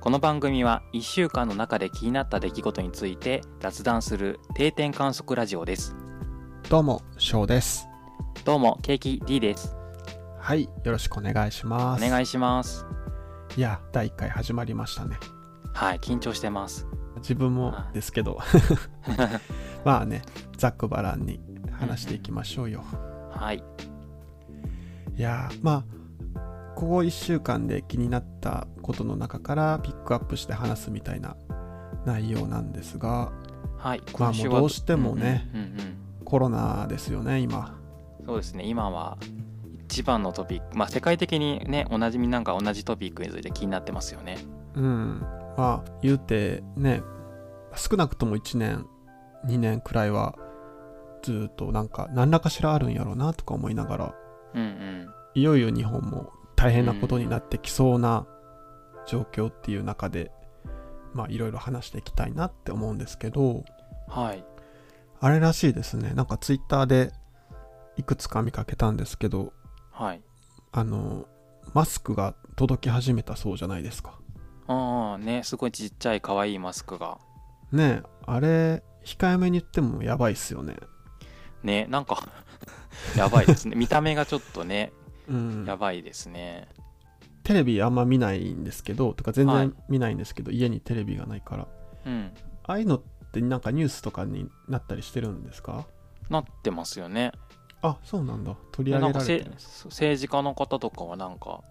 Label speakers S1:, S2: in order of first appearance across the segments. S1: この番組は1週間の中で気になった出来事について雑談する定点観測ラジオです
S2: どうも、翔です。
S1: どうもケーキ D です
S2: はい、よろしくお願いし
S1: お
S2: ます。
S1: 願
S2: い。
S1: いします
S2: いや、第1回始まりましたね。
S1: はい緊張してます
S2: 自分も
S1: はい
S2: ですけ ど、まあね、ざっくばらんに話していきましょうよ。
S1: はい
S2: いやー、まあ、ここ1週間で気になったことの中からピックアップして話すみたいな内容なんですが、
S1: はい今
S2: まあも
S1: 週
S2: う
S1: は
S2: どうしてもね、
S1: うんうんうん
S2: コロナですよね、今。
S1: うんそうですね今は一番のトピックまあ世界的にねおなじみなんか同じトピックについて気になってますよね
S2: うん。まあ、言うてね、少なくとも1年、2年くらいは、ずーっとなんか、何らかしらあるんやろうなとか思いながら、
S1: うんうん
S2: いよいよ日本も大変なことになってきそうな状況っていう中で、まあ、いろいろ話していきたいなって思うんですけど、
S1: はい
S2: あれらしいですね。なんか、ツイッターでいくつか見かけたんですけど、
S1: はい
S2: あの、マスクが届き始めたそうじゃないですか。
S1: ああねすごいちっちゃい可愛いマスクが
S2: ねえあれ控えめに言ってもやばいっすよね
S1: ねなんか やばいですね見た目がちょっとね
S2: うん
S1: やばいですね
S2: テレビあんま見ないんですけどとか全
S1: はい
S2: 然見ないんですけど、家にテレビがないから
S1: うん
S2: ああいうのってなんかニュースとかになったりしてるんですか
S1: なってますよね
S2: あそうなんだ取り上
S1: なん
S2: げ
S1: から
S2: れて
S1: せ
S2: るんです
S1: 政治家の方とかはなんか、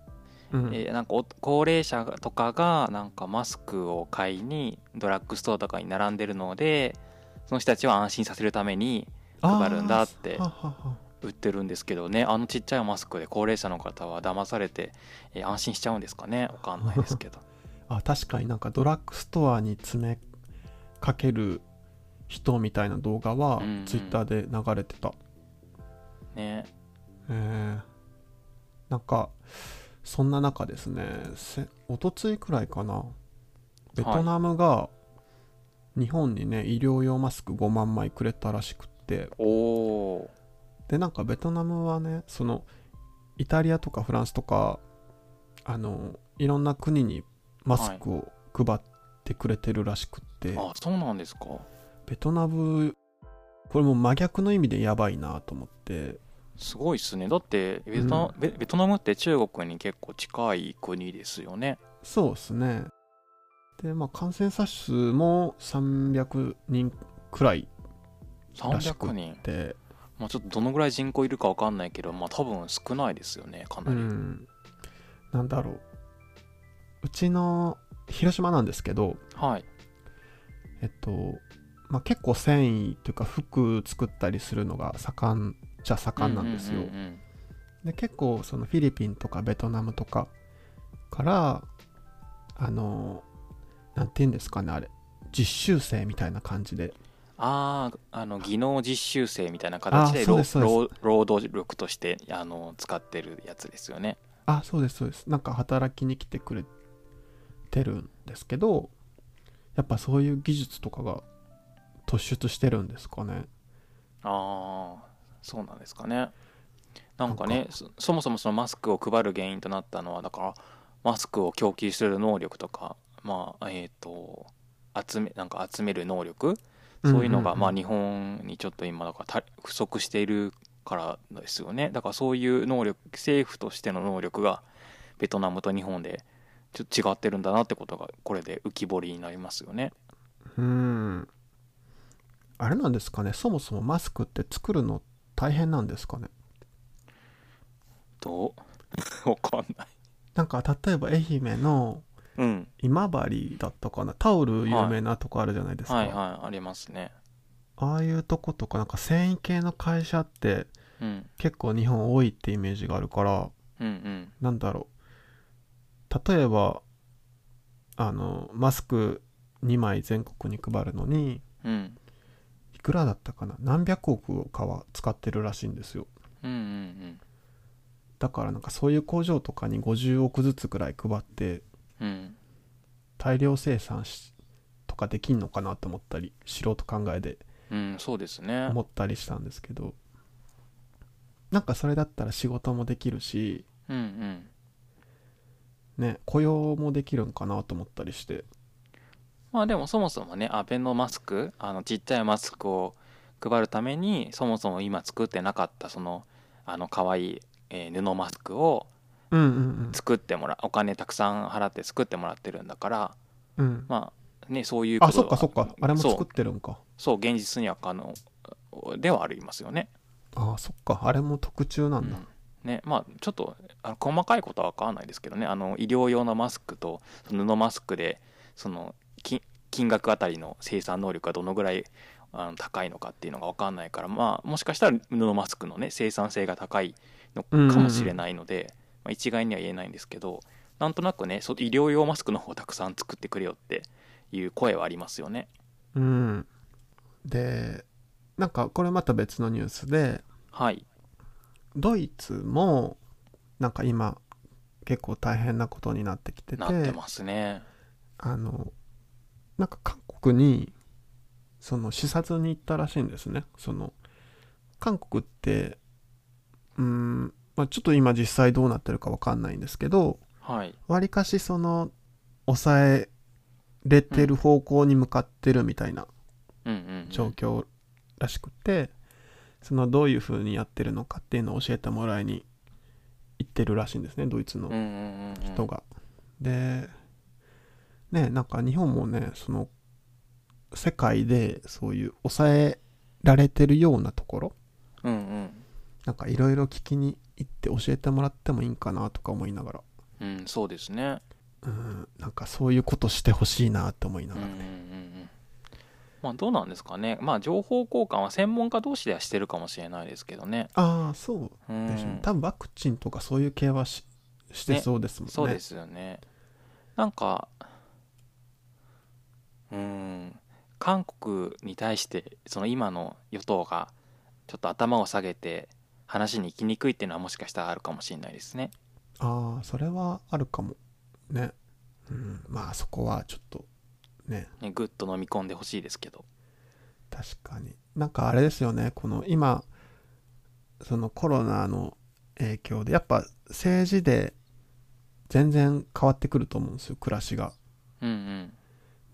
S2: うん
S1: えーなんかお高齢者とかがなんかマスクを買いにドラッグストアとかに並んでるのでその人たちは安心させるために配るんだって
S2: あーははは
S1: 売ってるんですけどねあのちっちゃいマスクで高齢者の方は騙されて、えー安心しちゃうんですかねわかんないです けど
S2: あ確かになんかドラッグストアに詰めかける人みたいな動画は
S1: うんうん
S2: ツイッターで流れてた、
S1: ね
S2: えーなんかそんな中ですねせおとついくらいかなベトナムが日本にね医療用マスク5万枚くれたらしくって
S1: おお
S2: でなんかベトナムはねそのイタリアとかフランスとかあのいろんな国にマスクを配ってくれてるらしくって、
S1: あそうなんですか
S2: ベトナムこれも真逆の意味でやばいなと思って
S1: すごいっすねだってベトナム、
S2: う
S1: ベベトナムって中国に結構近い国ですよね
S2: そうですね。で、まあ、感染者数も300人くらいらしく
S1: 300人
S2: で、
S1: まあ、ちょっとどのぐらい人口いるかわかんないけど、まあ、多分少ないですよねかな
S2: う
S1: り、
S2: ん、なんだろう。うちの広島なんですけど、
S1: はい
S2: えっと、まあ、結構繊維というか服作ったりするのが盛んじゃ盛んなんですよ。
S1: うううん
S2: で結構そのフィリピンとかベトナムとかからあのなんて言うんですかねあれ実習生みたいな感じで
S1: あーあの技能実習生みたいな形で
S2: あーそう
S1: 労
S2: ですそうです
S1: 労労働力としてあの使ってるやつですよね
S2: あそうですそうですなんか働きに来てくれてるんですけどやっぱそういう技術とかが突出してるんですかね
S1: ああそうなんですかねなんかね
S2: なん
S1: そそもそもそのマスクを配る原因となったのはだからマスクを供給する能力とかまあえっ、と集めなんか集める能力そういうのが、
S2: んんん
S1: まあ、日本にちょっと今だから足り不足しているからですよねだからそういう能力政府としての能力がベトナムと日本でちょっと違ってるんだなってことがこれで浮き彫りになりますよね。
S2: うんあれなんですかねそもそもマスクって作るの大変なんですかね
S1: どう わかんない。
S2: なんか例えば愛媛の
S1: うん。
S2: 今治だったかなタオル有名なとこあるじゃないですか、
S1: はいはいありますね。
S2: ああいうとことかなんか繊維系の会社って
S1: うん
S2: 結構日本多いってイメージがあるから
S1: うんうん。
S2: なんだろう例えばあのマスク2枚全国に配るのに
S1: うん
S2: いくらだったかな何百億かは使ってるらしいんですよ
S1: うんうんうん
S2: だからなんかそういう工場とかに50億ずつくらい配って
S1: うん。
S2: 大量生産しとかできんのかなと思ったり素人考えで
S1: うん、そうですね。
S2: 思ったりしたんですけどなんかそれだったら仕事もできるし
S1: うんうん。
S2: ね雇用もできるんかなと思ったりして
S1: まあでもそもそもねアベノマスクあのちっちゃいマスクを配るためにそもそも今作ってなかったそのあの可愛い、えー布マスクを
S2: うんうん
S1: 作ってもらうお金たくさん払って作ってもらってるんだから
S2: うんうん
S1: まあねそういうこ
S2: あ
S1: と
S2: そ
S1: は
S2: っかそっかあれも
S1: そ
S2: 作っ
S1: う
S2: てるんか
S1: そう現実には可能ではありますよね。
S2: あそっかあれも特注なんだ、
S1: うんねまあ、ちょっとあの細かいことは分からないですけどねあの医療用のマスクとその布マスクでその金金額あたりの生産能力がどのぐらいあの高いのかっていうのが分かんないから、まあ、もしかしたら布マスクの、ね、生産性が高いのかもしれないので、まあ、一概には言えないんですけどなんとなくねそ医療用マスクの方をたくさん作ってくれよっていう声はありますよね。
S2: うんでなんかこれまた別のニュースで
S1: はい、
S2: ドイツもなんか今結構大変なことになってきてて
S1: なってますね。
S2: あのなんか韓国にその視察に行ったらしいんですねその韓国ってうーん、まあ、ちょっと今実際どうなってるかわかんないんですけど
S1: はい、
S2: わりかしその抑えれてる方向に向かってるみたいな
S1: うんうんう
S2: 状
S1: ん、
S2: 況らしくて、そのどういう風にやってるのかっていうのを教えてもらいに行ってるらしいんですねドイツの
S1: うんうんうんうん
S2: 人が。でねなんか日本もねその世界でそういう抑えられてるようなところ
S1: うんうん
S2: なんかいろいろ聞きに行って教えてもらってもいいんかなとか思いながら
S1: うん、そうですね。
S2: うんなんかそういうことしてほしいなって思いな
S1: うん
S2: が
S1: うんうん
S2: ら
S1: う
S2: ね、
S1: ん。まあどうなんですかね。まあ情報交換は専門家同士ではしてるかもしれないですけどね。
S2: ああそう
S1: う
S2: でしょ、
S1: ん、
S2: 多分ワクチンとかそういう系はしして
S1: ね
S2: そうですもんね
S1: そうですよね。なんか、うん、韓国に対してその今の与党がちょっと頭を下げて話に行きにくいっていうのはもしかしたらあるかもしれないですね。
S2: ああそれはあるかもね、うん、まあそこはちょっとね
S1: ね、ぐっと飲み込んでほしいですけど。
S2: 確かになんかあれですよねこの今そのコロナの影響でやっぱ政治で全然変わってくると思うんですよ暮らしが。
S1: うん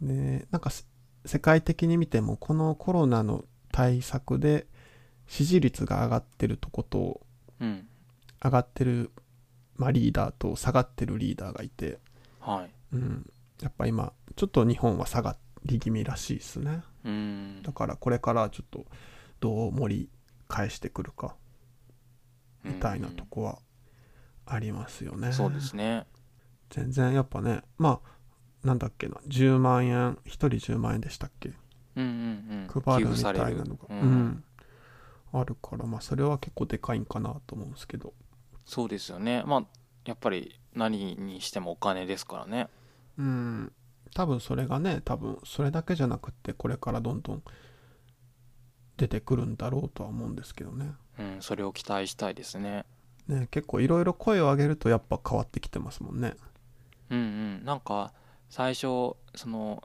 S1: うん。
S2: でなんかせ世界的に見てもこのコロナの対策で支持率が上がってるとこと
S1: うん。
S2: 上がってる、まあ、リーダーと下がってるリーダーがいて、
S1: はい。
S2: うん、やっぱ今ちょっと日本は下がり気味らしいですね
S1: うん。
S2: だからこれからちょっとどう盛り返してくるかみたいなとこはありますよね、
S1: そうですね。
S2: 全然やっぱねまあなんだっけな10万円1人10万円でしたっけ
S1: うんうんうん、
S2: 配る
S1: 寄
S2: み
S1: 付
S2: た
S1: さ
S2: い
S1: れ
S2: な
S1: る
S2: のが、
S1: うん
S2: うんあるからまあそれは結構でかいんかなと思うんですけど
S1: そうですよねまあやっぱり何にしてもお金ですからね
S2: うん多分それがね多分それだけじゃなくってこれからどんどん出てくるんだろうとは思うんですけどね
S1: うんそれを期待したいですね
S2: ね結構いろいろ声を上げるとやっぱ変わってきてますもんね
S1: うんうんなんか最初その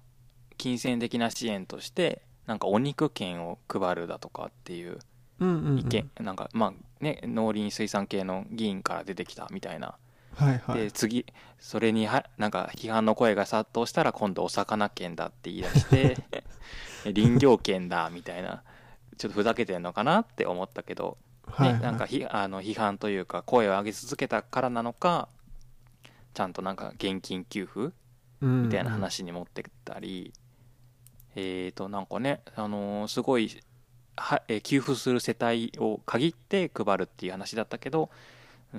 S1: 金銭的な支援としてなんかお肉券を配るだとかっていう
S2: うんうん、うん、
S1: 意見、なんかまあね農林水産系の議員から出てきたみたいな、
S2: はいはい
S1: で次それにはなんか批判の声が殺到したら今度お魚券だって言い出して 林業券だみたいなちょっとふざけてんのかなって思ったけど
S2: はい
S1: ね、
S2: はい
S1: なんかひあの批判というか声を上げ続けたからなのかちゃんとなんか現金給付みたいな話に持ってったり、えーとなんかね、あのーすごいは、えー給付する世帯を限って配るっていう話だったけど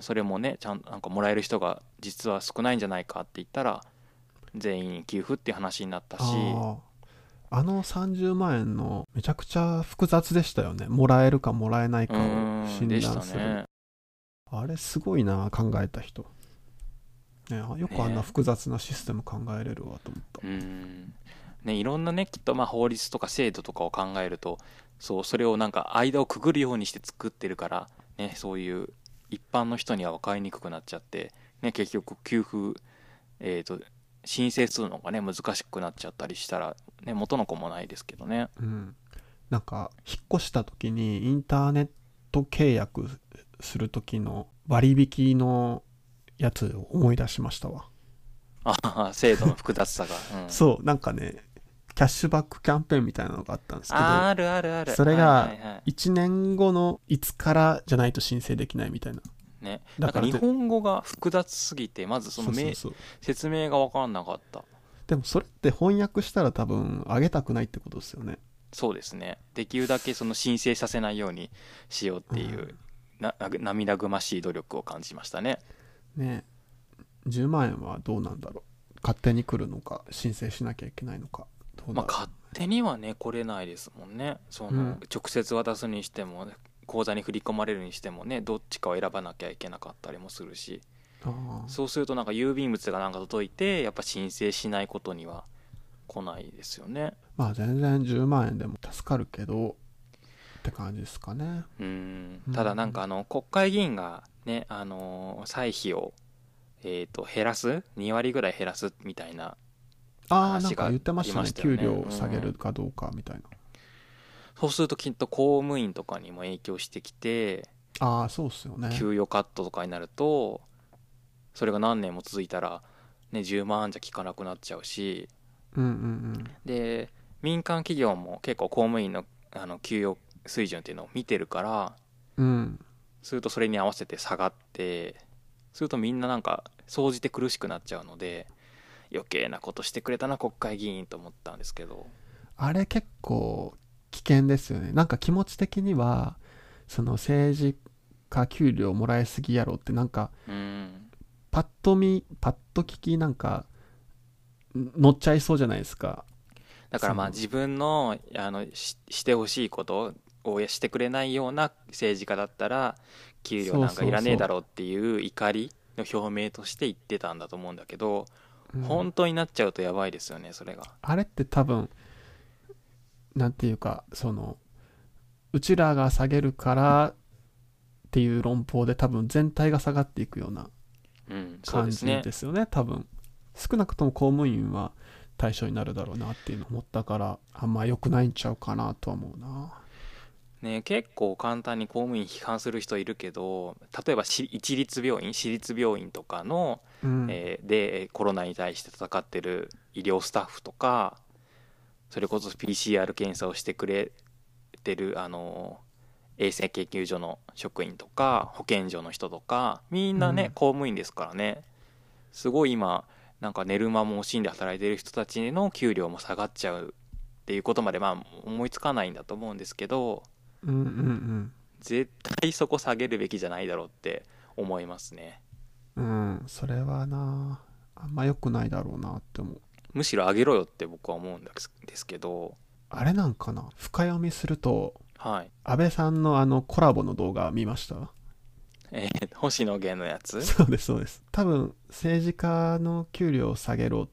S1: それもねちゃんなんかもらえる人が実は少ないんじゃないかって言ったら全員に給付っていう話になったし
S2: あああの30万円のめちゃくちゃ複雑でしたよねもらえるかもらえないかを
S1: う
S2: 診
S1: んでした
S2: 断する、
S1: ね。
S2: あれすごいな考えた人、ね、あよくあん
S1: ね
S2: な複雑なシステム考えれるわと思った、
S1: うんね、いろんなねきっとまあ法律とか制度とかを考えるとそうそれをなんか間をくぐるようにして作ってるから、ね、そういう一般の人には分かりにくくなっちゃって、ね、結局給付、えー、と申請するのがね難しくなっちゃったりしたら、ね、元の子もないですけどね。
S2: うん、なんか引っ越した時にインターネット契約する時の割引のやつを思い出しましたわ
S1: あはは制度の複雑さが、うん
S2: そうなんかねキャッシュバックキャンペーンみたいなのがあったんですけど
S1: あーあるあるある
S2: それが
S1: はいはいはい
S2: 1年後のいつからじゃないと申請できないみたいな
S1: ね、なんか
S2: だから
S1: 日本語が複雑すぎてまずその
S2: そうそ
S1: め
S2: うそう
S1: 説明が分からなかった
S2: でもそれって翻訳したら多分あげたくないってことですよね
S1: そうですねできるだけその申請させないようにしようっていう、
S2: うん
S1: なな涙ぐましい努力を感じましたね
S2: ね10万円はどうなんだろう勝手に来るのか申請しなきゃいけないのかどうだろう
S1: まあ、勝手にはね来れないですもんねその、
S2: うん
S1: 直接渡すにしても口座に振り込まれるにしてもねどっちかを選ばなきゃいけなかったりもするし
S2: あー
S1: そうするとなんか郵便物がなんか届いてやっぱ申請しないことには来ないですよね
S2: まあ全然10万円でも助かるけどって感じですかね
S1: うん
S2: うん
S1: ただなんかあの国会議員がねあのー歳費をえーと減らす2割ぐらい減らすみたいな
S2: ああ
S1: 話
S2: なん
S1: が
S2: か言ってました
S1: ありま
S2: ね
S1: したよ
S2: 給
S1: ね
S2: 料下げるかどうかみたいな、
S1: そうするときっと公務員とかにも影響してきて
S2: ああそうっすよね
S1: 給与カットとかになるとそれが何年も続いたら、ね、10万じゃ効かなくなっちゃうし
S2: うんうんうん
S1: で民間企業も結構公務員のあの給与水準っていうのを見てるから
S2: うん
S1: するとそれに合わせて下がってするとみんななんか総じて苦しくなっちゃうので余計なことしてくれたな国会議員と思ったんですけど
S2: あれ結構危険ですよねなんか気持ち的にはその政治家給料もらいすぎやろってなんか
S1: うん
S2: パッと見パッと聞きなんかん乗っちゃいそうじゃないですか
S1: だからまあ
S2: そう
S1: 自分のあのししてほしいことをしてくれないような政治家だったら給料なんかいらねえだろうっていう怒りの表明として言ってたんだと思うんだけど、
S2: うん
S1: 本当になっちゃうとやばいですよねそれが。
S2: あれって多分なんていうかそのうちらが下げるからっていう論法で多分全体が下がっていくような
S1: うん、そう
S2: 感
S1: です
S2: じ
S1: ね
S2: ですよね多分少なくとも公務員は対象になるだろうなっていうのを思ったからあんま良くないんちゃうかなとは思うな
S1: ね結構簡単に公務員批判する人いるけど例えばし一律病院私立病院とかの、
S2: うん、
S1: えーでえーコロナに対して戦ってる医療スタッフとかそれこそ PCR 検査をしてくれてるあのー衛生研究所の職員とか保健所の人とかみんなね、
S2: うん
S1: 公務員ですからねすごい今なんか寝る間も惜しんで働いてる人たちの給料も下がっちゃうっていうことまでまあ思いつかないんだと思うんですけど
S2: うんうんうん
S1: 絶対そこ下げるべきじゃないだろうって思いますね
S2: うんそれはなあんま良くないだろうなって思う
S1: むしろ上げろよって僕は思うんですですけど
S2: あれなんかな深読みすると
S1: はい
S2: 安倍さんのあのコラボの動画見ました
S1: えー星野源のやつ
S2: そうですそうです多分政治家の給料を下げろっ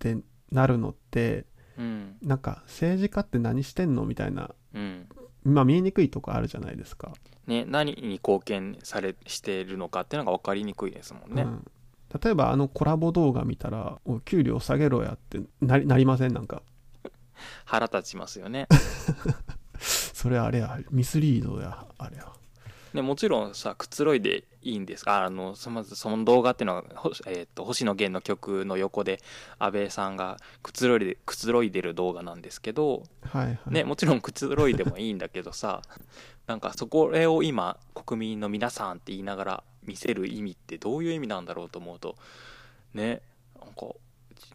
S2: てなるのって
S1: うん
S2: なんか政治家って何してんのみたいな
S1: うん
S2: まあ見えにくいとこあるじゃないですか、
S1: ね何に貢献されしているのかっていうのが分かりにくいですもんね、
S2: うん例えばあのコラボ動画見たら「おい給料下げろや」ってなりなりませんなんか
S1: 腹立ちますよね
S2: それあれやミスリードやあれや
S1: ねもちろんさくつろいでいいんですああのそまずその動画っていうのは、ほえー、と星野源の曲の横で安倍さんがくつろいでくつろいでる動画なんですけど
S2: はいはい、
S1: ね、もちろんくつろいでもいいんだけどさ なんかそこれを今国民の皆さんって言いながら見せる意味ってどういう意味なんだろうと思うとねなんか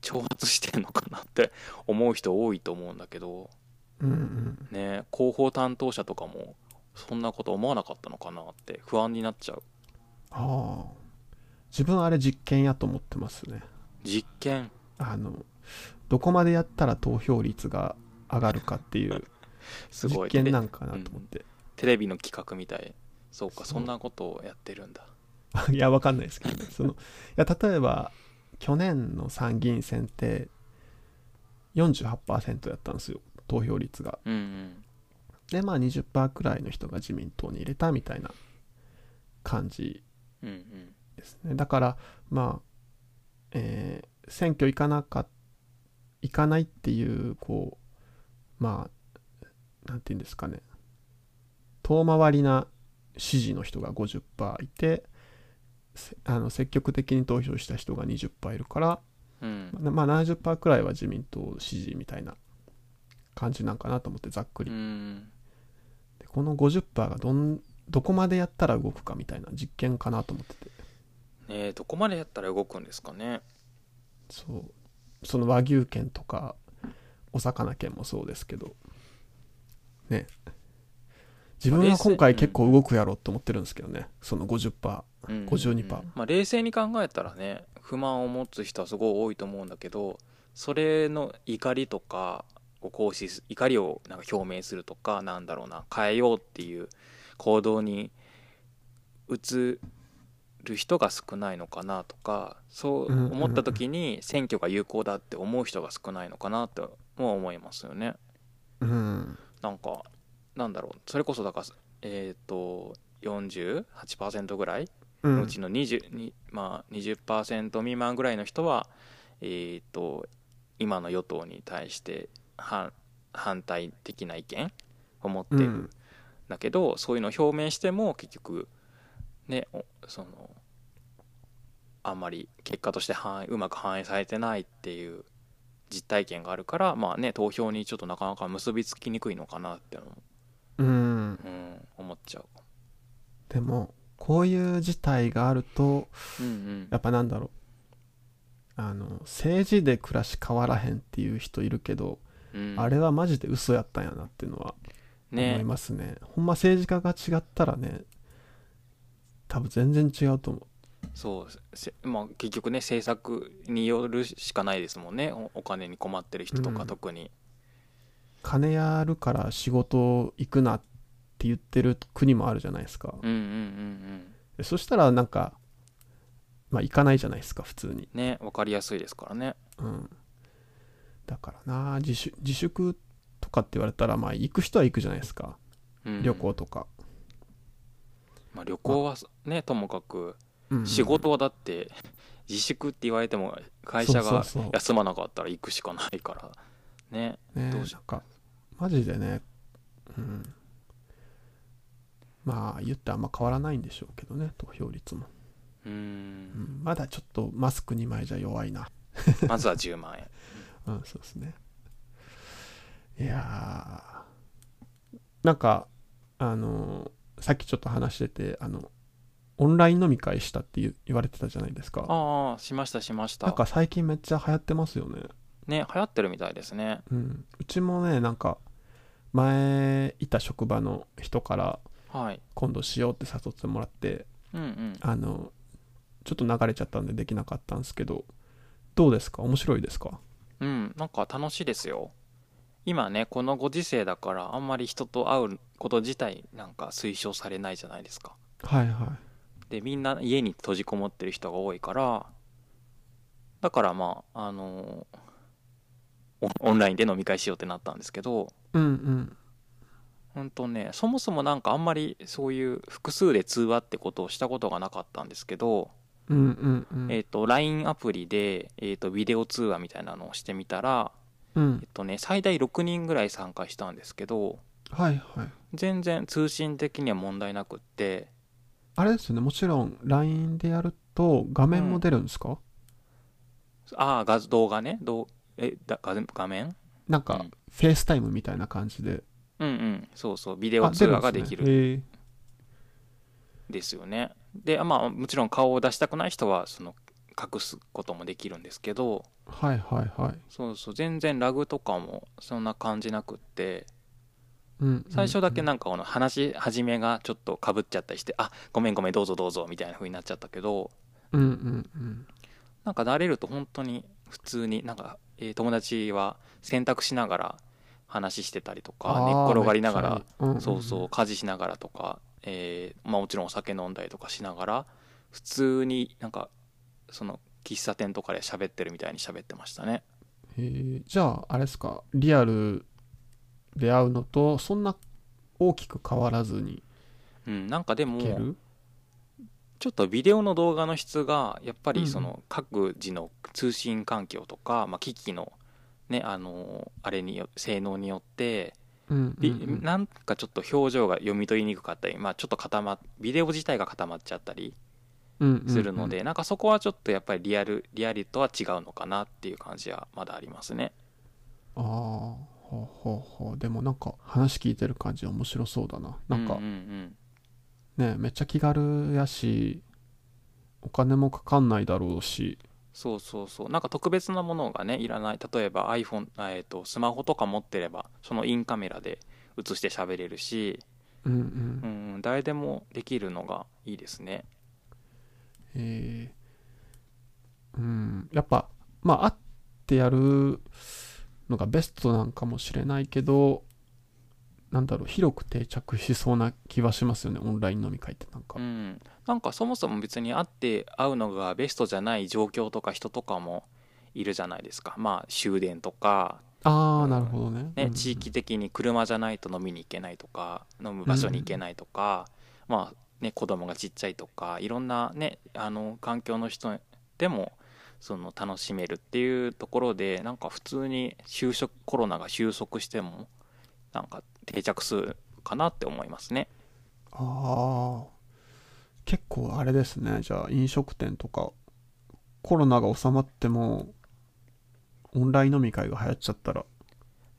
S1: 挑発してんのかなって思う人多いと思うんだけど
S2: うんうん、
S1: ね広報担当者とかもそんなこと思わなかったのかなって不安になっちゃう
S2: ああ自分あれ実験やと思ってますね
S1: 実験
S2: あのどこまでやったら投票率が上がるかっていう
S1: すご
S2: 実
S1: いテ
S2: 験
S1: レ
S2: なんかなと思って、
S1: テレビの企画みたいそうか
S2: そう
S1: そんなことをやってるんだ
S2: いやわかんないですけど、ね、そのいや例えば去年の参議院選って48%やったんですよ投票率が
S1: うんうん
S2: でまあ20%くらいの人が自民党に入れたみたいな感じ
S1: うんうん
S2: ですねだからまあ、えー選挙行かなか行かないっていうこうまあなんて言うんですかね遠回りな支持の人が50%いてせあの積極的に投票した人が20%いるから
S1: うん
S2: まあ70%くらいは自民党支持みたいな感じなんかなと思ってざっく
S1: う
S2: り、
S1: ん
S2: でこの50%がどんどこまでやったら動くかみたいな実験かなと思ってて
S1: ねえどこまでやったら動くんですかね
S2: そうその和牛券とかお魚券もそうですけどね自分は
S1: まあ
S2: 今
S1: 冷
S2: 回
S1: 静
S2: 結構動くやろって思ってるんですけどねその 50%52%、
S1: うん
S2: 52%
S1: まあ、冷静に考えたらね不満を持つ人はすごい多いと思うんだけどそれの怒りとかを行使す怒りをなんか表明するとかなんだろうな変えようっていう行動に移る人が少ないのかなとかそう思った時に選挙が有効だって思う人が少ないのかなとも思いますよね。
S2: うん
S1: なんかなんだろうそれこそだからえっ、と48%ぐらい
S2: うん
S1: のうちの20、にまあ、20%未満ぐらいの人は、えー、と今の与党に対して反反対的な意見を持って
S2: う
S1: る、
S2: ん
S1: だけどそういうのを表明しても結局ねおそのあんまり結果として反映うまく反映されてないっていう実体験があるからまあね投票にちょっとなかなか結びつきにくいのかなってのも、
S2: うん
S1: うん、思っちゃう。
S2: でもこういう事態があると
S1: うんうん
S2: やっぱなんだろうあの政治で暮らし変わらへんっていう人いるけど、
S1: うん
S2: あれはマジで嘘やったんやなっていうのは思い
S1: ね
S2: ますねほんま政治家が違ったらね多分全然違うと思
S1: そうせ、まあ、結局ね政策によるしかないですもんねおお金に困ってる人と
S2: う
S1: か
S2: ん
S1: 特に、
S2: う金やるから仕事行くなって言ってる国もあるじゃないですか、
S1: うん、うんうんうん
S2: でそしたらなんかまあ行かないじゃないですか普通に
S1: ね分かりやすいですからね
S2: うんだからな自粛自粛とかって言われたらまあ行く人は行くじゃないですか
S1: うん
S2: 旅行とか、
S1: まあ、旅行はねともかく
S2: うん
S1: 仕事はだって自粛って言われても会社が
S2: そうそうそう
S1: 休まなかったら行くしかないからね
S2: ね
S1: ど
S2: な
S1: うんし
S2: かマジでね、うん、まあ言ってあんま変わらないんでしょうけどね投票率も、
S1: うー
S2: うんん、まだちょっとマスク2枚じゃ弱いな
S1: まずは10万円
S2: うんそうですねいやーなんかあのーさっきちょっと話しててあのオンライン飲み会したって言う言われてたじゃないですか
S1: ああしましたしまし
S2: なん
S1: た
S2: か最近めっちゃ流行ってますよね
S1: ね流行ってるみたいですね
S2: うんうちもねなんか前いた職場の人から
S1: はい
S2: 今度しようって誘ってもらって
S1: うんうん
S2: あのちょっと流れちゃったんでできなかったんですけどどうですか面白いですか
S1: うん、なんか楽しいですよ。今ね、このご時世だから、あんまり人と会うこと自体、なんか推奨されないじゃないですか。
S2: はいは
S1: で、みんな家に閉じこもってる人が多いから、だからまあ、あのオンオンラインで飲み会しようってなったんですけど、
S2: いうんうん
S1: ほんとね、そもそもなんかあんまりそういう複数で通話ってことをしたことがなかったんですけど、
S2: うんうんうん
S1: えっと、LINE アプリで、えっと、ビデオ通話みたいなのをしてみたら、
S2: うん
S1: えっとね、最大6人ぐらい参加したんですけど、
S2: はいはい
S1: 全然通信的には問題なくって、
S2: あれですよねもちろん LINE でやると画面も出るんですか、
S1: ああ、画像動画ね、どうえだ画画面
S2: なん
S1: う
S2: か
S1: ん
S2: フェイスタイムみたいな感じで
S1: うんうん、そうそう、ビデオ
S2: あ
S1: 通
S2: 出
S1: 話がで
S2: ん
S1: き
S2: すね
S1: る
S2: へえ
S1: ですよね。で、まあ、もちろん顔を出したくない人は、その、隠すこともできるんですけど、
S2: はいはいはい
S1: そうそう、全然ラグとかもそんな感じなくって、
S2: うんうん
S1: 最初だけ
S2: うん
S1: なんかこの話し始めがちょっとかぶっちゃったりして、あごめんごめん、どうぞどうぞみたいな風になっちゃったけど、
S2: うんうんうん
S1: なんか慣れると本当に普通になんか、えー友達は洗濯しながら話してたりとか
S2: あー
S1: 寝っ転がりなが
S2: め
S1: ら
S2: っちゃいいんんん
S1: そうそう家事しながらとか、えーまあ、もちろんお酒飲んだりとかしながら普通になんかその喫茶店とかで喋ってるみたいに喋ってましたね
S2: へえじゃああれですかリアルで会うのとそんな大きく変わらずに
S1: うんなんかで
S2: いけ
S1: も
S2: る
S1: ちょっとビデオの動画の質がやっぱ
S2: うん
S1: り
S2: うん
S1: その各自の通信環境とか、まあ、機器のねあのーあれによ性能によって
S2: うんうんう
S1: び
S2: ん
S1: なんかちょっと表情が読み取りにくかったり、まあ、ちょっと固まビデオ自体が固まっちゃったり
S2: うん
S1: するので、
S2: うん
S1: なんかそこはちょっとやっぱりリアルリアリとは違うのかなっていう感じはまだありますね
S2: ああほうほうほうでもなんか話聞いてる感じ面白そうだななんか、
S1: うんうん
S2: ねめっちゃ気軽やしお金もかかんないだろうし
S1: そうそうそうなんか特別なものがねいらない例えば iPhone、あえー、とスマホとか持ってればそのインカメラで映して喋れるし、
S2: うんうん、
S1: うんうん、誰でもできるのがいいですね
S2: えーうんやっぱまあ会ってやるのがベストなんかもしれないけどなんだろう広く定着しそうな気はしますよねオンライン飲み会ってなんか、
S1: うん、なんかそもそも別に会って会うのがベストじゃない状況とか人とかもいるじゃないですかまあ終電とか、
S2: ああなるほどね
S1: ね
S2: うんうん
S1: 地域的に車じゃないと飲みに行けないとか飲む場所に行けないとか、まあね子供がちっちゃいとかいろんなねあの環境の人でもその楽しめるっていうところでなんか普通に就職コロナが収束してもなんか定着するかなって思いますね。
S2: ああ結構あれですねじゃあ飲食店とかコロナが収まってもオンライン飲み会が流行っちゃったら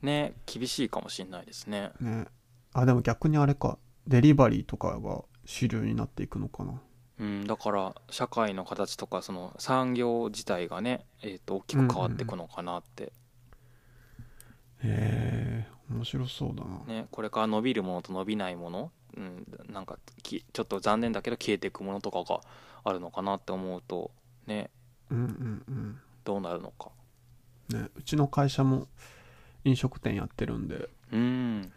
S1: ね厳しいかもしれないですね。
S2: ねあでも逆にあれかデリバリーとかが主流になっていくのかな
S1: うん、だから社会の形とかその産業自体がね、えー、と大きく変わっていくのかなって、
S2: へえ面白そうだな、
S1: ね、これから伸びるものと伸びないもの、うん、なんかきちょっと残念だけど消えていくものとかがあるのかなって思うとね
S2: うんうん
S1: どうなるのか
S2: うんねうちの会社も飲食店やってるんで
S1: うん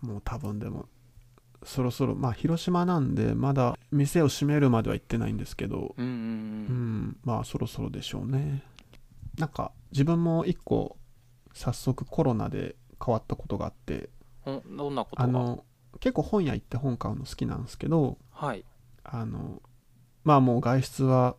S2: もう多分でもそろそろまあ広島なんでまだ店を閉めるまでは行ってないんですけど
S1: うんうんう
S2: うんんまあそろそろでしょうねなんか自分も一個早速コロナで変わったことがあって
S1: ほんどんなこと
S2: あ
S1: が
S2: の結構本屋行って本買うの好きなんですけど
S1: はい
S2: あのまあもう外出は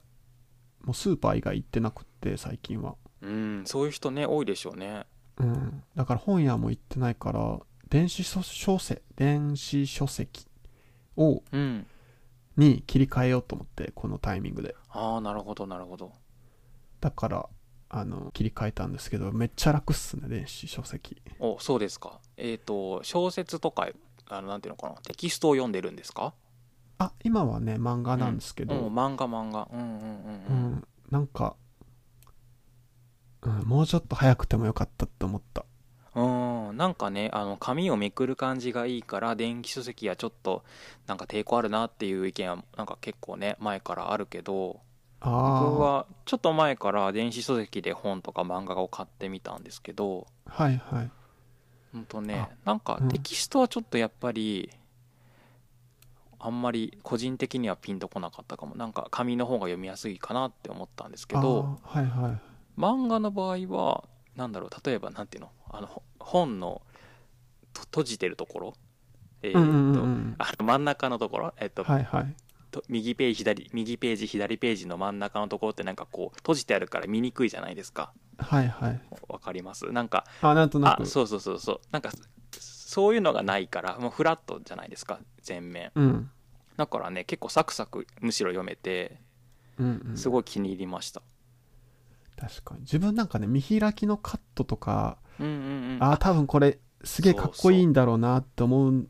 S2: もうスーパー以外行ってなくって最近は
S1: うんそういう人ね多いでしょうね
S2: うんだから本屋も行ってないから電子書書籍電子書籍を
S1: うん
S2: に切り替えようと思ってこのタイミングで
S1: ああなるほどなるほど
S2: だからあの切り替えたんですけどめっちゃ楽っすね電子書籍
S1: おそうですかえっ、と小説とかあのなんていうのかなテキストを読んでるんですか
S2: あ今はね漫画なんですけど、
S1: うん、漫画漫画うんうん
S2: う
S1: うんうん
S2: ん、なんか、うん、もうちょっと早くてもよかったって思った
S1: うんなんかねあの紙をめくる感じがいいから電気書籍はちょっとなんか抵抗あるなっていう意見はなんか結構ね前からあるけど僕
S2: あ
S1: はちょっと前から電子書籍で本とか漫画を買ってみたんですけど
S2: あはいはい
S1: ほんとね
S2: あ
S1: なんか
S2: うん
S1: テキストはちょっとやっぱりあんまり個人的にはピンとこなかったかもなんか紙の方が読みやすいかなって思ったんですけど
S2: あーはいはい
S1: 漫画の場合はなんだろう例えばなんていうのあのほ本のと閉じてるところえーっと、
S2: うんうんうんうん
S1: あの真ん中のところ、えーっと
S2: はいはい
S1: と右ページ左右ページ左ページの真ん中のところってなんかこう閉じてあるから見にくいじゃないですか
S2: はいはい
S1: わかりますなんか
S2: あなんとな
S1: あ
S2: く
S1: そうそうそうそうなんかそういうのがないからもうフラットじゃないですか全面
S2: うん
S1: だからね結構サクサクむしろ読めて
S2: うんうん
S1: すごい気に入りました、
S2: 確かに自分なんかね見開きのカットとか、
S1: うん、うんうん
S2: ああ多分これすげえかっこいいんだろうなって思う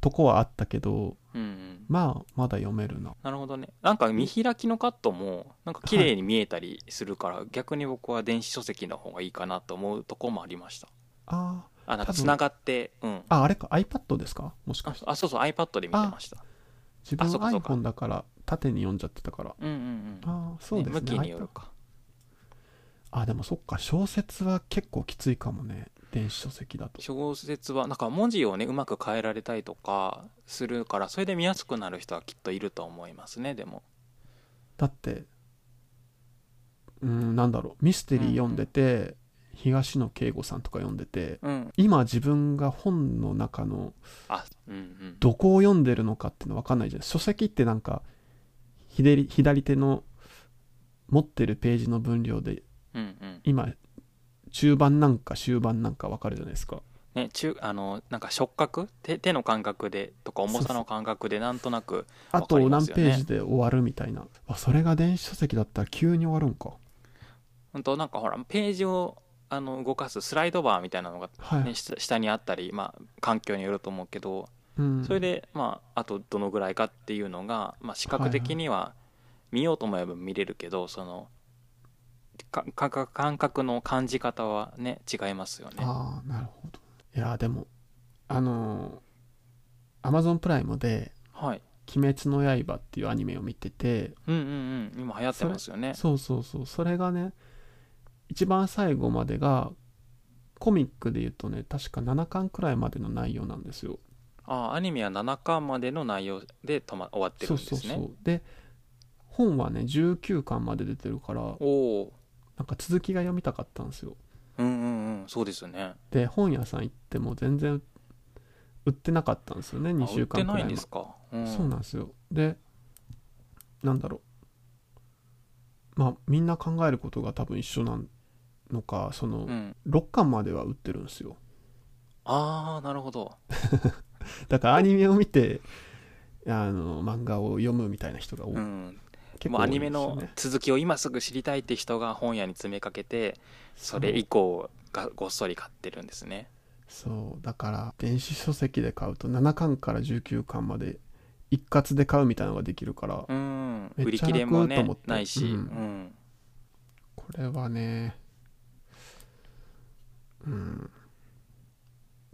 S2: とこはあったけど
S1: うんうん
S2: まあまだ読めるな
S1: なるほどねなんか見開きのカットもなんか綺麗に見えたりするから、逆に僕は電子書籍の方がいいかなと思うとこもありました
S2: あ
S1: あなんか
S2: 多分
S1: つながってうん
S2: ーああれか iPad ですかもし
S1: あ
S2: かして
S1: あそうそう iPad で見てました
S2: 自分
S1: あそうかそうか
S2: iPhone だから縦に読んじゃってたから
S1: うんうんうん
S2: ああそうですね
S1: 向きによるか
S2: iPad あでもそっか小説は結構きついかもね電子書籍だと
S1: 小説はなんか文字をねうまく変えられたりとかするからそれで見やすくなる人はきっといると思いますねでも
S2: だってうんなんだろうミステリー読んでて、東野圭吾さんとか読んでて
S1: うん
S2: 今自分が本の中の
S1: あうんうん
S2: どこを読んでるのかっていうの分かんないじゃない書籍ってなんか左左手の持ってるページの分量で
S1: うんうん
S2: 今中盤なんか終盤なんか分かるじゃないですか
S1: ね、中あのなんか触覚手手の感覚でとか重さの感覚でなんとなく
S2: あと
S1: わかりま
S2: 何
S1: すよ
S2: ペ
S1: ね
S2: ージで終わるみたいなあそれが電子書籍だったら急に終わるんか
S1: 本当なんかほらページをあの動かすスライドバーみたいなのが、
S2: はい、
S1: ね、下下にあったり、まあ、環境によると思うけど
S2: うん、
S1: それで、まあ、あとどのぐらいかっていうのが、まあ、視覚的には見ようと思えば見れるけどそのか感覚感覚の感じ方はね違いますよね。
S2: ああなるほどいやーでもあのー、Amazon プライムで
S1: はい、
S2: 「鬼滅の刃」っていうアニメを見てて
S1: うんうんうん今流行ってますよね。
S2: そうそうそうそれがね一番最後までがコミックで言うとね確か7巻くらいまでの内容なんですよ。
S1: ああアニメは7巻までの内容で止、ま、終わってる
S2: そ
S1: ん
S2: う
S1: です
S2: そ
S1: ね
S2: う。そうで本はね19巻まで出てるから
S1: おお
S2: なんか続きが読みたかったんですよ。
S1: うんうんうんそうですよね。
S2: で本屋さん行っても全然売ってなかったんですよね2
S1: あ売っ
S2: 週
S1: て
S2: 間く
S1: な
S2: らい
S1: いん
S2: 前
S1: ですか。うん、
S2: そうなんですよでなんだろうまあみんな考えることが多分一緒なのかその
S1: うん
S2: 6巻までは売ってるんですよ
S1: ああなるほど。
S2: だからアニメを 見てあの漫画を読むみたいな人が多い、
S1: うん、
S2: 結
S1: も
S2: 構
S1: う
S2: 多
S1: ア
S2: いん
S1: ニ
S2: です
S1: メ
S2: よ
S1: の
S2: ね
S1: 続きを今すぐ知りたいって人が本屋に詰めかけてそれ以降がごっそり買ってるんですね。
S2: そうだから電子書籍で買うと7巻から19巻まで一括で買うみたいなのができるから
S1: うん
S2: めっちゃ
S1: 売り切れも
S2: 楽と
S1: ね
S2: 思って
S1: ないし、
S2: う
S1: うんん
S2: これはねうん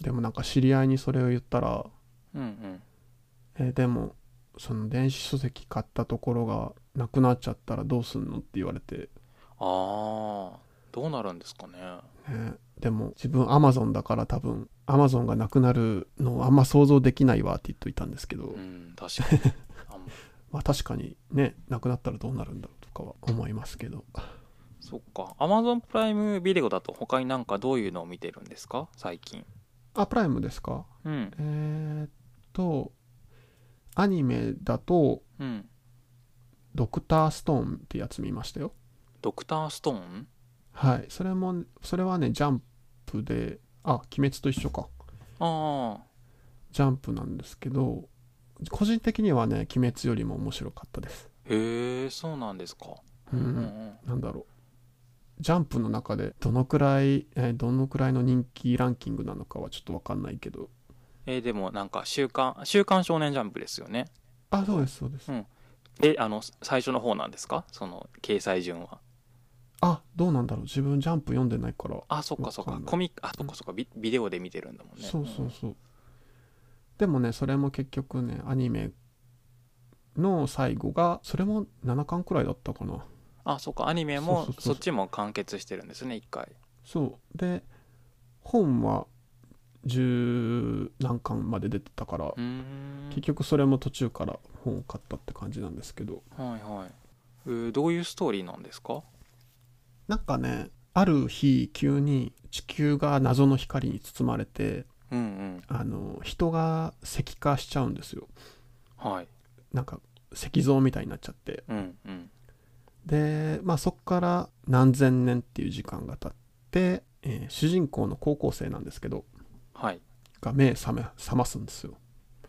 S2: でもなんか知り合いにそれを言ったら
S1: うんうん
S2: えーでもその電子書籍買ったところがなくなっちゃったらどうすんのって言われて、
S1: ああどうなるんですかね。
S2: ね、でも自分 Amazon だから多分 Amazon がなくなるのをあんま想像できないわって言っといたんですけど、
S1: うん確かにあん
S2: まあ確かにねなくなったらどうなるんだろうとかは思いますけど
S1: そっか Amazon プライムビデオだと他になんかどういうのを見てるんですか最近。
S2: あプライムですか
S1: うん
S2: えー、っとアニメだと
S1: うん
S2: 「ドクターストーン」ってやつ見ましたよ
S1: ドクターストーン
S2: はいそれもそれはねジャンプであ鬼滅と一緒か
S1: ああ
S2: ジャンプなんですけど個人的にはね「鬼滅」よりも面白かったです
S1: へえそうなんですか。
S2: うん
S1: うんうん
S2: なんだろうジャンプの中でどのくらい、えーどのくらいの人気ランキングなのかはちょっとわかんないけど
S1: えーでもなんか週刊「週刊少年ジャンプ」ですよね
S2: あそうですそうです
S1: うんであの最初の方なんですかその掲載順は
S2: あどうなんだろう自分ジャンプ読んでないから
S1: あそっかそっ
S2: わか
S1: か
S2: んない
S1: コミックあそっかそっかビビデオで見てるんだもんね
S2: そうそうそうでもねそれも結局ねアニメの最後がそれも7巻くらいだったかな
S1: あそっかアニメも
S2: そうそうそうそう
S1: そっちも完結してるんですね一回
S2: そうで本は十何巻まで出てたから
S1: うーん
S2: 結局それも途中から本を買ったって感じなんですけど
S1: はいはいえーどういうストーリーなんですか
S2: なんかねある日急に地球が謎の光に包まれて
S1: うんうん
S2: あの人が石化しちゃうんですよ
S1: はい
S2: なんか石像みたいになっちゃって
S1: うんうん
S2: で、まあ、そこから何千年っていう時間が経って、えー主人公の高校生なんですけど
S1: はい
S2: が目覚め覚ますんですよ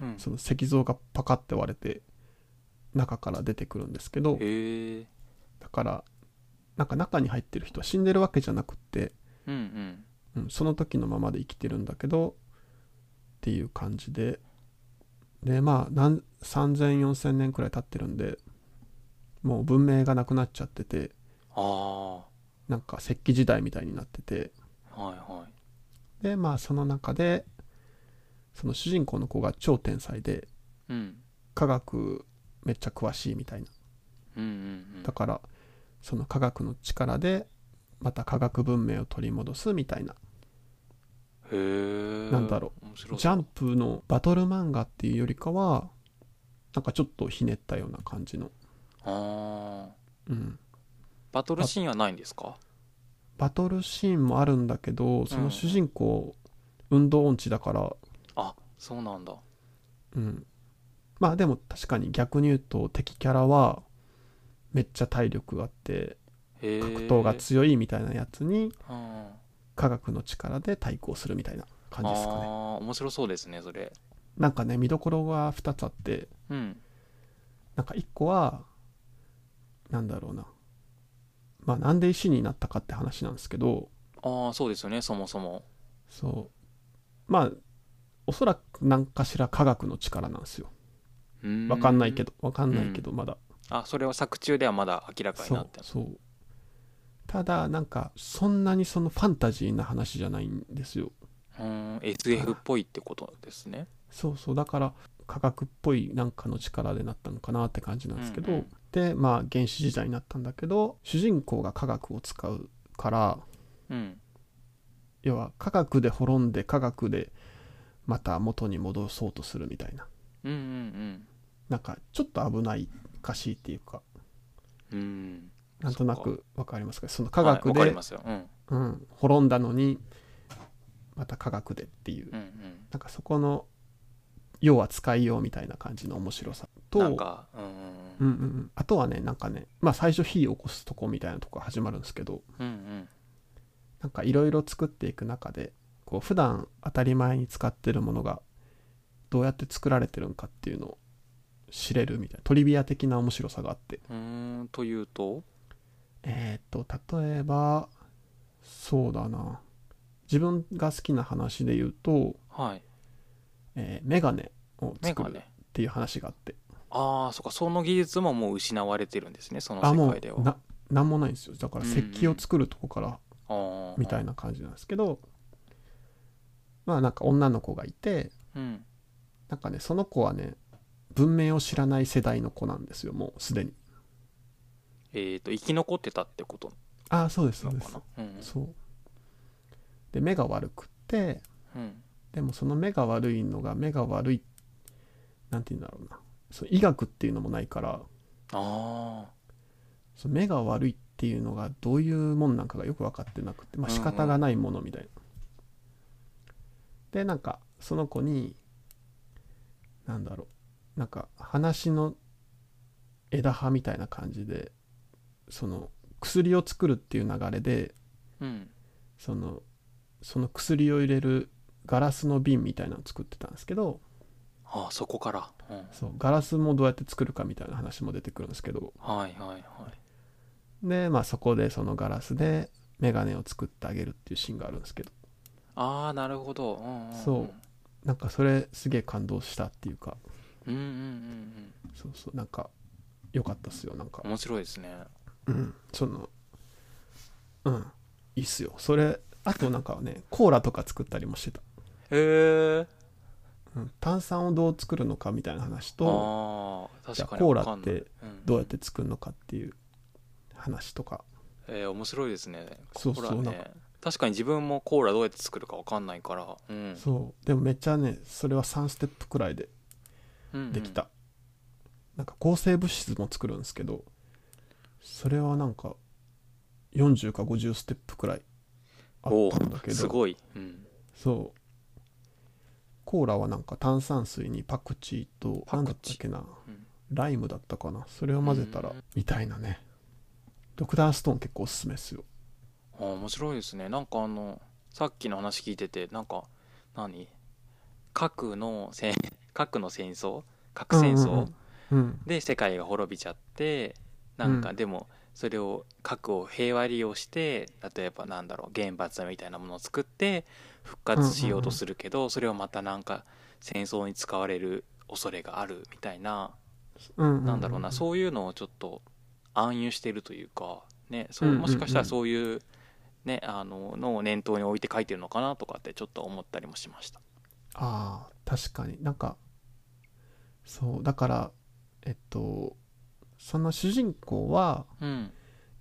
S1: うん
S2: その石像がパカって割れて中から出てくるんですけど
S1: へえ
S2: だからなんか中に入ってる人は死んでるわけじゃなくって、
S1: うんうん
S2: うん、その時のままで生きてるんだけどっていう感じででまあ何30004000年くらい経ってるんでもう文明がなくなっちゃってて
S1: ああは
S2: なんか石器時代みたいになってて
S1: いはい
S2: でまあその中でその主人公の子が超天才で
S1: うん
S2: 科学めっちゃ詳しいみたいな
S1: うんうん
S2: だからその科学の力でまた科学文明を取り戻すみたいな
S1: うんへえ
S2: なんだろ
S1: う面白い
S2: ジャンプのバトル漫画っていうよりかはなんかちょっとひねったような感じの、
S1: ああ
S2: うん、
S1: バトルシーンはないんですか
S2: バトルシーンもあるんだけどその主人公、運動音痴だから、
S1: あそうなんだ
S2: うん、まあでも確かに逆に言うと敵キャラはめっちゃ体力があって
S1: へえ
S2: 格闘が強いみたいなやつに
S1: うんうん
S2: 科学の力で対抗するみたいな感じですか
S1: あ
S2: ね
S1: ー面白そうですねそれ
S2: なんかね見どころが2つあって
S1: うん
S2: なんか1個はなんだろうなまあなんで石になったかって話なんですけど
S1: ああそうですよねそもそも
S2: そうまあおそらく何かしら科学の力なんですよ
S1: わ
S2: わかんないけ
S1: ど
S2: どわかんないけどまだ
S1: あそれは作中ではまだ明らかに
S2: そ
S1: なっ
S2: う
S1: てない
S2: そうただなんかそんなにそのファンタジーな話じゃないんですよ
S1: うーん SF っぽいってことですね
S2: そうそうだから科学っぽいなんかの力でなったのかなって感じなんですけど、
S1: うんうん
S2: でまあ原始時代になったんだけど主人公が科学を使うから
S1: うん
S2: 要は科学で滅んで科学でまた元に戻そうとするみたいな
S1: うんうん
S2: なんかちょっと危ないかしいっていうか
S1: うんうん
S2: なんとなくわかりますかその科
S1: 科
S2: 学
S1: わ
S2: で、
S1: かりますようん
S2: うん、滅んだのにまた科学でっていう
S1: うんうん
S2: なんかそこの要は使いようみたいな感じの面白さと
S1: なんかうんうん
S2: うんうんうん、あとはねなんかね、まあ、最初火起こすとこみたいなとこが始まるんですけど
S1: うんうん
S2: なんかいろいろ作っていく中でこう普段当たり前に使ってるものがどうやって作られてるんかっていうのを知れるみたいなトリビア的な面白さがあって
S1: うーんというと
S2: えーっと例えばそうだな自分が好きな話で言うと、
S1: はい
S2: えーメガネを
S1: メ
S2: 作
S1: ガ
S2: るっ
S1: ネ
S2: ていう話があって
S1: ああそっかその技術ももう失われてるんですねその
S2: あ
S1: 世
S2: も
S1: 界では
S2: うななんもないんですよだから石器を作るとこから
S1: あー
S2: みたいな感じなんですけどまあなんか女の子がいて
S1: うん
S2: なんかねその子はね文明を知らない世代の子なんですよもうすでに
S1: えっと生き残ってたってこと
S2: ああそうです
S1: な
S2: そう
S1: の
S2: で
S1: か
S2: す
S1: なうん
S2: そうで目が悪くって
S1: うん
S2: でもその目が悪いのが目が悪いなんて言うんだろうなそう医学っていうのもないから
S1: あ
S2: その目が悪いっていうのがどういうもんなんかがよく分かってなくて、ま
S1: う
S2: あ、
S1: んうん
S2: 仕方がないものみたいな。でなんかその子になんだろうなんか話の枝葉みたいな感じでその薬を作るっていう流れで
S1: あうん
S2: そのその薬を入れるガラスの瓶みたいなのを作ってたんですけど
S1: ああそこからうん
S2: そうガラスもどうやって作るかみたいな話も出てくるんですけど
S1: はいはいはい
S2: で、まあ、そこでそのガラスでメガネを作ってあげるっていうシーンがあるんですけど
S1: ああなるほどうんうんうん
S2: そうなんかそれすげえ感動したっていうか
S1: うんうんうん
S2: そうそうなんか良かったっすよなんか
S1: うん面白いですね
S2: うんそのうんいいっすよそれあとなんかねコーラとか作ったりもしてた、
S1: へえ
S2: うん、炭酸をどう作るのかみたいな話と
S1: ああ
S2: じゃ
S1: 確か
S2: あ
S1: に
S2: コーラ
S1: わか
S2: っ
S1: んない
S2: て
S1: ん
S2: どうやって作るのかっていう話とか
S1: えー面白いですね
S2: そう
S1: コ
S2: そう
S1: ーラね
S2: なんか
S1: 確かに自分もコーラどうやって作るかわかんないからうん
S2: そうでもめっちゃねそれは3ステップくらいで
S1: うんうん
S2: できた、なんか抗生物質も作るんですけどそれはなんか40か50ステップくらいあったんだけど
S1: すごいうん
S2: そうコーラはなんか炭酸水にパクチーと
S1: パ
S2: 何だ
S1: ク
S2: ったっ
S1: チ
S2: けな
S1: うん
S2: ライムだったかなそれを混ぜたら
S1: うん
S2: みたいなねドクターストーン結構おすすめですよ
S1: あー面白いですねなんかあのさっきの話聞いててなんか何核のせん 核の戦争核戦争、
S2: うんうん
S1: で世界が滅びちゃってなん
S2: う
S1: か
S2: ん
S1: でもそれを核を平和利用して例えばなんだろう原発みたいなものを作って復活しようとするけどそれをまたなんか戦争に使われる恐れがあるみたいな
S2: うんうん
S1: なんだろうなそういうのをちょっと暗喩してるというかねそう
S2: うんうん
S1: も
S2: うん
S1: しかしたらそういうねあののを念頭に置いて書いてるのかなとかってちょっと思ったりもしました。
S2: ああ確かになんかそうだからえっとその主人公は
S1: うん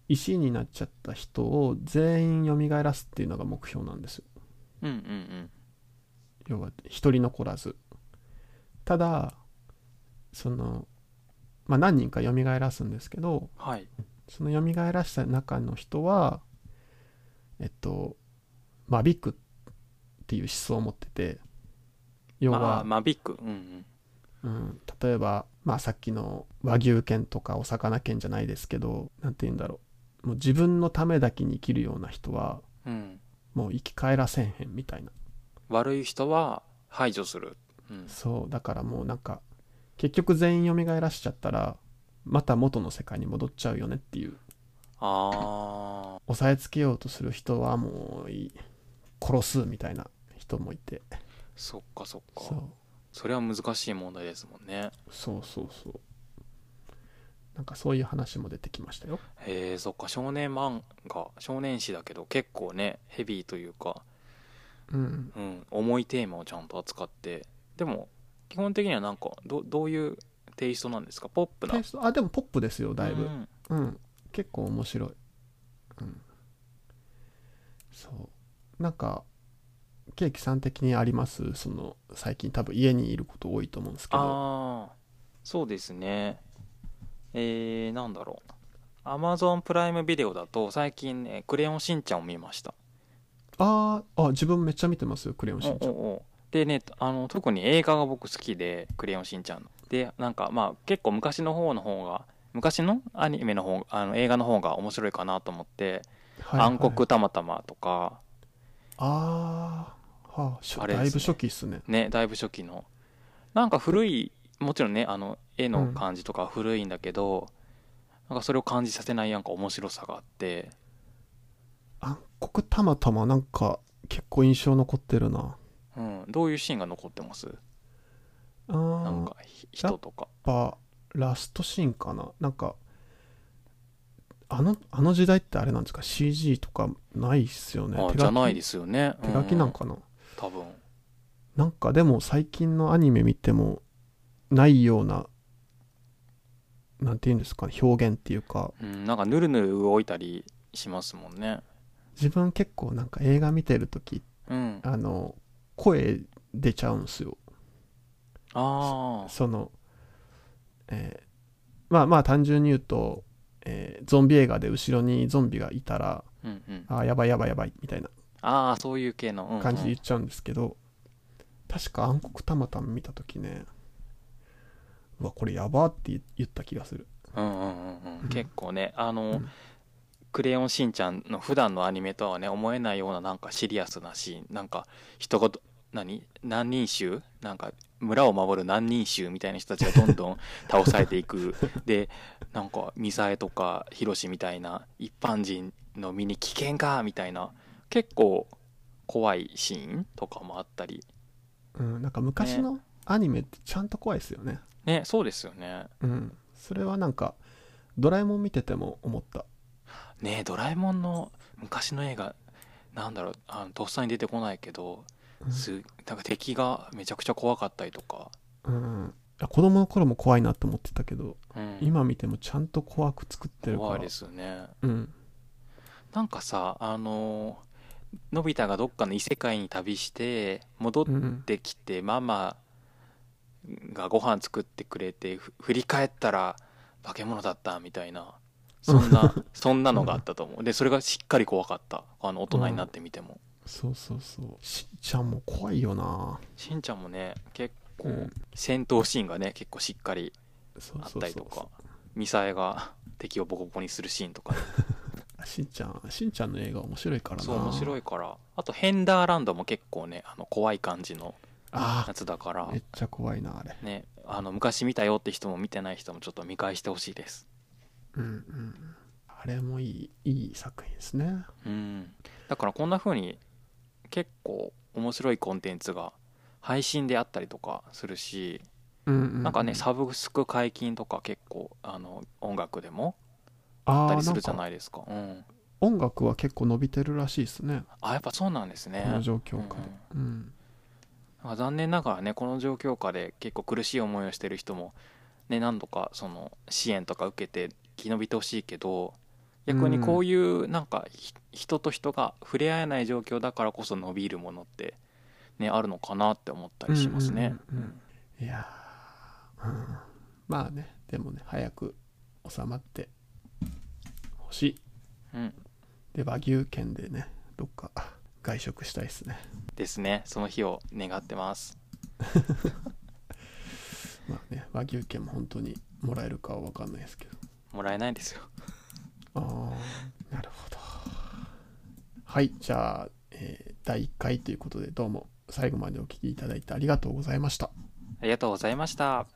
S2: 石になっちゃった人を全員蘇らすっていうのが目標なんですよ
S1: うんうんうん
S2: 要は一人残らずただそのまあ何人か蘇らすんですけど
S1: はい
S2: その蘇らした中の人はえっとマビクっていう思想を持ってて要
S1: あ
S2: は
S1: ーマビックうんうん
S2: うん、例えば、まあ、さっきの和牛犬とかお魚犬じゃないですけど何て言うんだろうもう自分のためだけに生きるような人は
S1: うん
S2: もう生き返らせんへんみたいな
S1: 悪い人は排除する、うん、
S2: そうだからもうなんか結局全員蘇らしちゃったらまた元の世界に戻っちゃうよねっていう
S1: ああ
S2: 抑えつけようとする人はもういい殺すみたいな人もいて
S1: そっかそっか
S2: そう
S1: それは難しい問題ですもんね
S2: そうそうそうなんかそういう話も出てきましたよ
S1: へえそっか少年漫画少年誌だけど結構ねヘビーというか、
S2: うん
S1: うん、重いテーマをちゃんと扱ってでも基本的にはなんかどどういうテイストなんですかポップな
S2: テイストあでもポップですよだいぶ
S1: うん
S2: うん、結構面白いうんそうなんかケーキさん的にありますその最近多分家にいること多いと思うんですけど
S1: ああそうですねえー、なんだろう Amazon プライムビデオだと最近ね「クレヨンしんちゃん」を見ました
S2: あーあ自分めっちゃ見てますよ「クレヨンしんちゃん
S1: おうおうおうでねあの特に映画が僕好きで「クレヨンしんちゃんの」でなんかまあ結構昔の方の方が昔のアニメの方あの映画の方が面白いかなと思って「
S2: はいはい
S1: 暗黒たまたま」とか
S2: あーはあしょ
S1: あれ
S2: だいぶ
S1: ですね
S2: 初期っすね
S1: ねだいぶ初期のなんか古いもちろんねあの絵の感じとか古いんだけど、なんかそれを感じさせないなんか面白さがあって
S2: 暗黒たまたまなんか結構印象残ってるな
S1: うん、どういうシーンが残ってます
S2: あー
S1: なんかひ人とか
S2: やっぱラストシーンかななんかあのあの時代ってあれなんですか CG とかないっすよね
S1: あじゃないですすよね
S2: 手書きなん
S1: か
S2: かな、
S1: 多分
S2: なんかでも最近のアニメ見てもないようななんて言うんですかね表現っていうか
S1: うんなんかぬるぬる動いたりしますもんね
S2: 自分結構なんか映画見てる時
S1: うんあ
S2: あの声出ちゃうんすよ
S1: あー
S2: その、えーまあまあ単純に言うと、えーゾンビ映画で後ろにゾンビがいたら
S1: うんうん
S2: あーやばいやばいやばいみたいな
S1: ああそういう系の、うんうん
S2: 感じで言っちゃうんですけど、確か暗黒たまたま見た時ねうわこれやばって言った気がする
S1: うんうんうん
S2: う
S1: うんん結構ねあの、
S2: うん
S1: クレヨンしんちゃん」の普段のアニメとはね思えないようななんかシリアスなシーンなんか人がど何何人衆なんか村を守る何人衆みたいな人たちがどんど ん倒されていくでなんかミサエとかヒロシみたいな一般人の身に危険かみたいな結構怖いシーンとかもあったり
S2: うんなんか昔のアニメってちゃんと怖いですよね
S1: ねそうですよね
S2: うんそれはなんかドラえもん見てても思った
S1: ねえドラえもんの昔の映画なんだろうあのとっさに出てこないけど
S2: うん
S1: すなんか敵がめちゃくちゃ怖かったりとか、
S2: うんいや子供の頃も怖いなと思ってたけど、
S1: うん、
S2: 今見てもちゃんと怖く作ってるから
S1: 怖いですよね
S2: うん
S1: なんかさあのーのび太がどっかの異世界に旅して戻っ
S2: うん
S1: てきて、ママがご飯作ってくれてふ振り返ったら化け物だったみたいなそんなそんなのがあったと思うでそれがしっかり怖かったあの大人になってみても、
S2: そうそうそうしんちゃんも怖いよな
S1: しんちゃんもね結構、
S2: うん
S1: 戦闘シーンがね結構しっかり
S2: そう
S1: あっ
S2: そう
S1: たり
S2: そ
S1: と
S2: う
S1: かミサエが 敵をボコボコにするシーンとかね、
S2: しんちゃんしんちゃんの映画面白いからな
S1: そう面白
S2: い
S1: いからあとヘンダーランドも結構ねあの怖い感じの
S2: あ
S1: やつだから
S2: あめっちゃ怖いなあれ
S1: ねあの昔見たよって人も見てない人もちょっと見返してほしいです
S2: うんうんうんあれもいいいい作品ですね
S1: うんだからこんな風に結構面白いコンテンツが配信であったりとかするし
S2: うんうう
S1: なんかねサブスク解禁とか結構あの音楽でもあ
S2: あ
S1: った
S2: ー
S1: りするじゃ
S2: んか
S1: ないですかうん
S2: 音楽は結構伸びてるらしいですね
S1: あやっぱそうなんですね
S2: この状況下でうん、
S1: まあ残念ながらねこの状況下で結構苦しい思いをしてる人も、ね、何度かその支援とか受けて生き延びてほしいけど逆にこういうなんかひ人と人が触れ合えない状況だからこそ伸びるものって、ね、あるのかなって思ったりしますね。
S2: うんうんうんいやー、うん、まあねでもね早く収まってほしい
S1: うん
S2: で和牛券でねどっか外食したいですね
S1: ですねその日を願ってます。
S2: まあね和牛券も本当にもらえるかは分かんないですけど
S1: もらえないですよ。
S2: ああなるほどはいじゃあ、えー第1回ということでどうも最後までお聞きいただいてありがとうございました。
S1: ありがとうございました。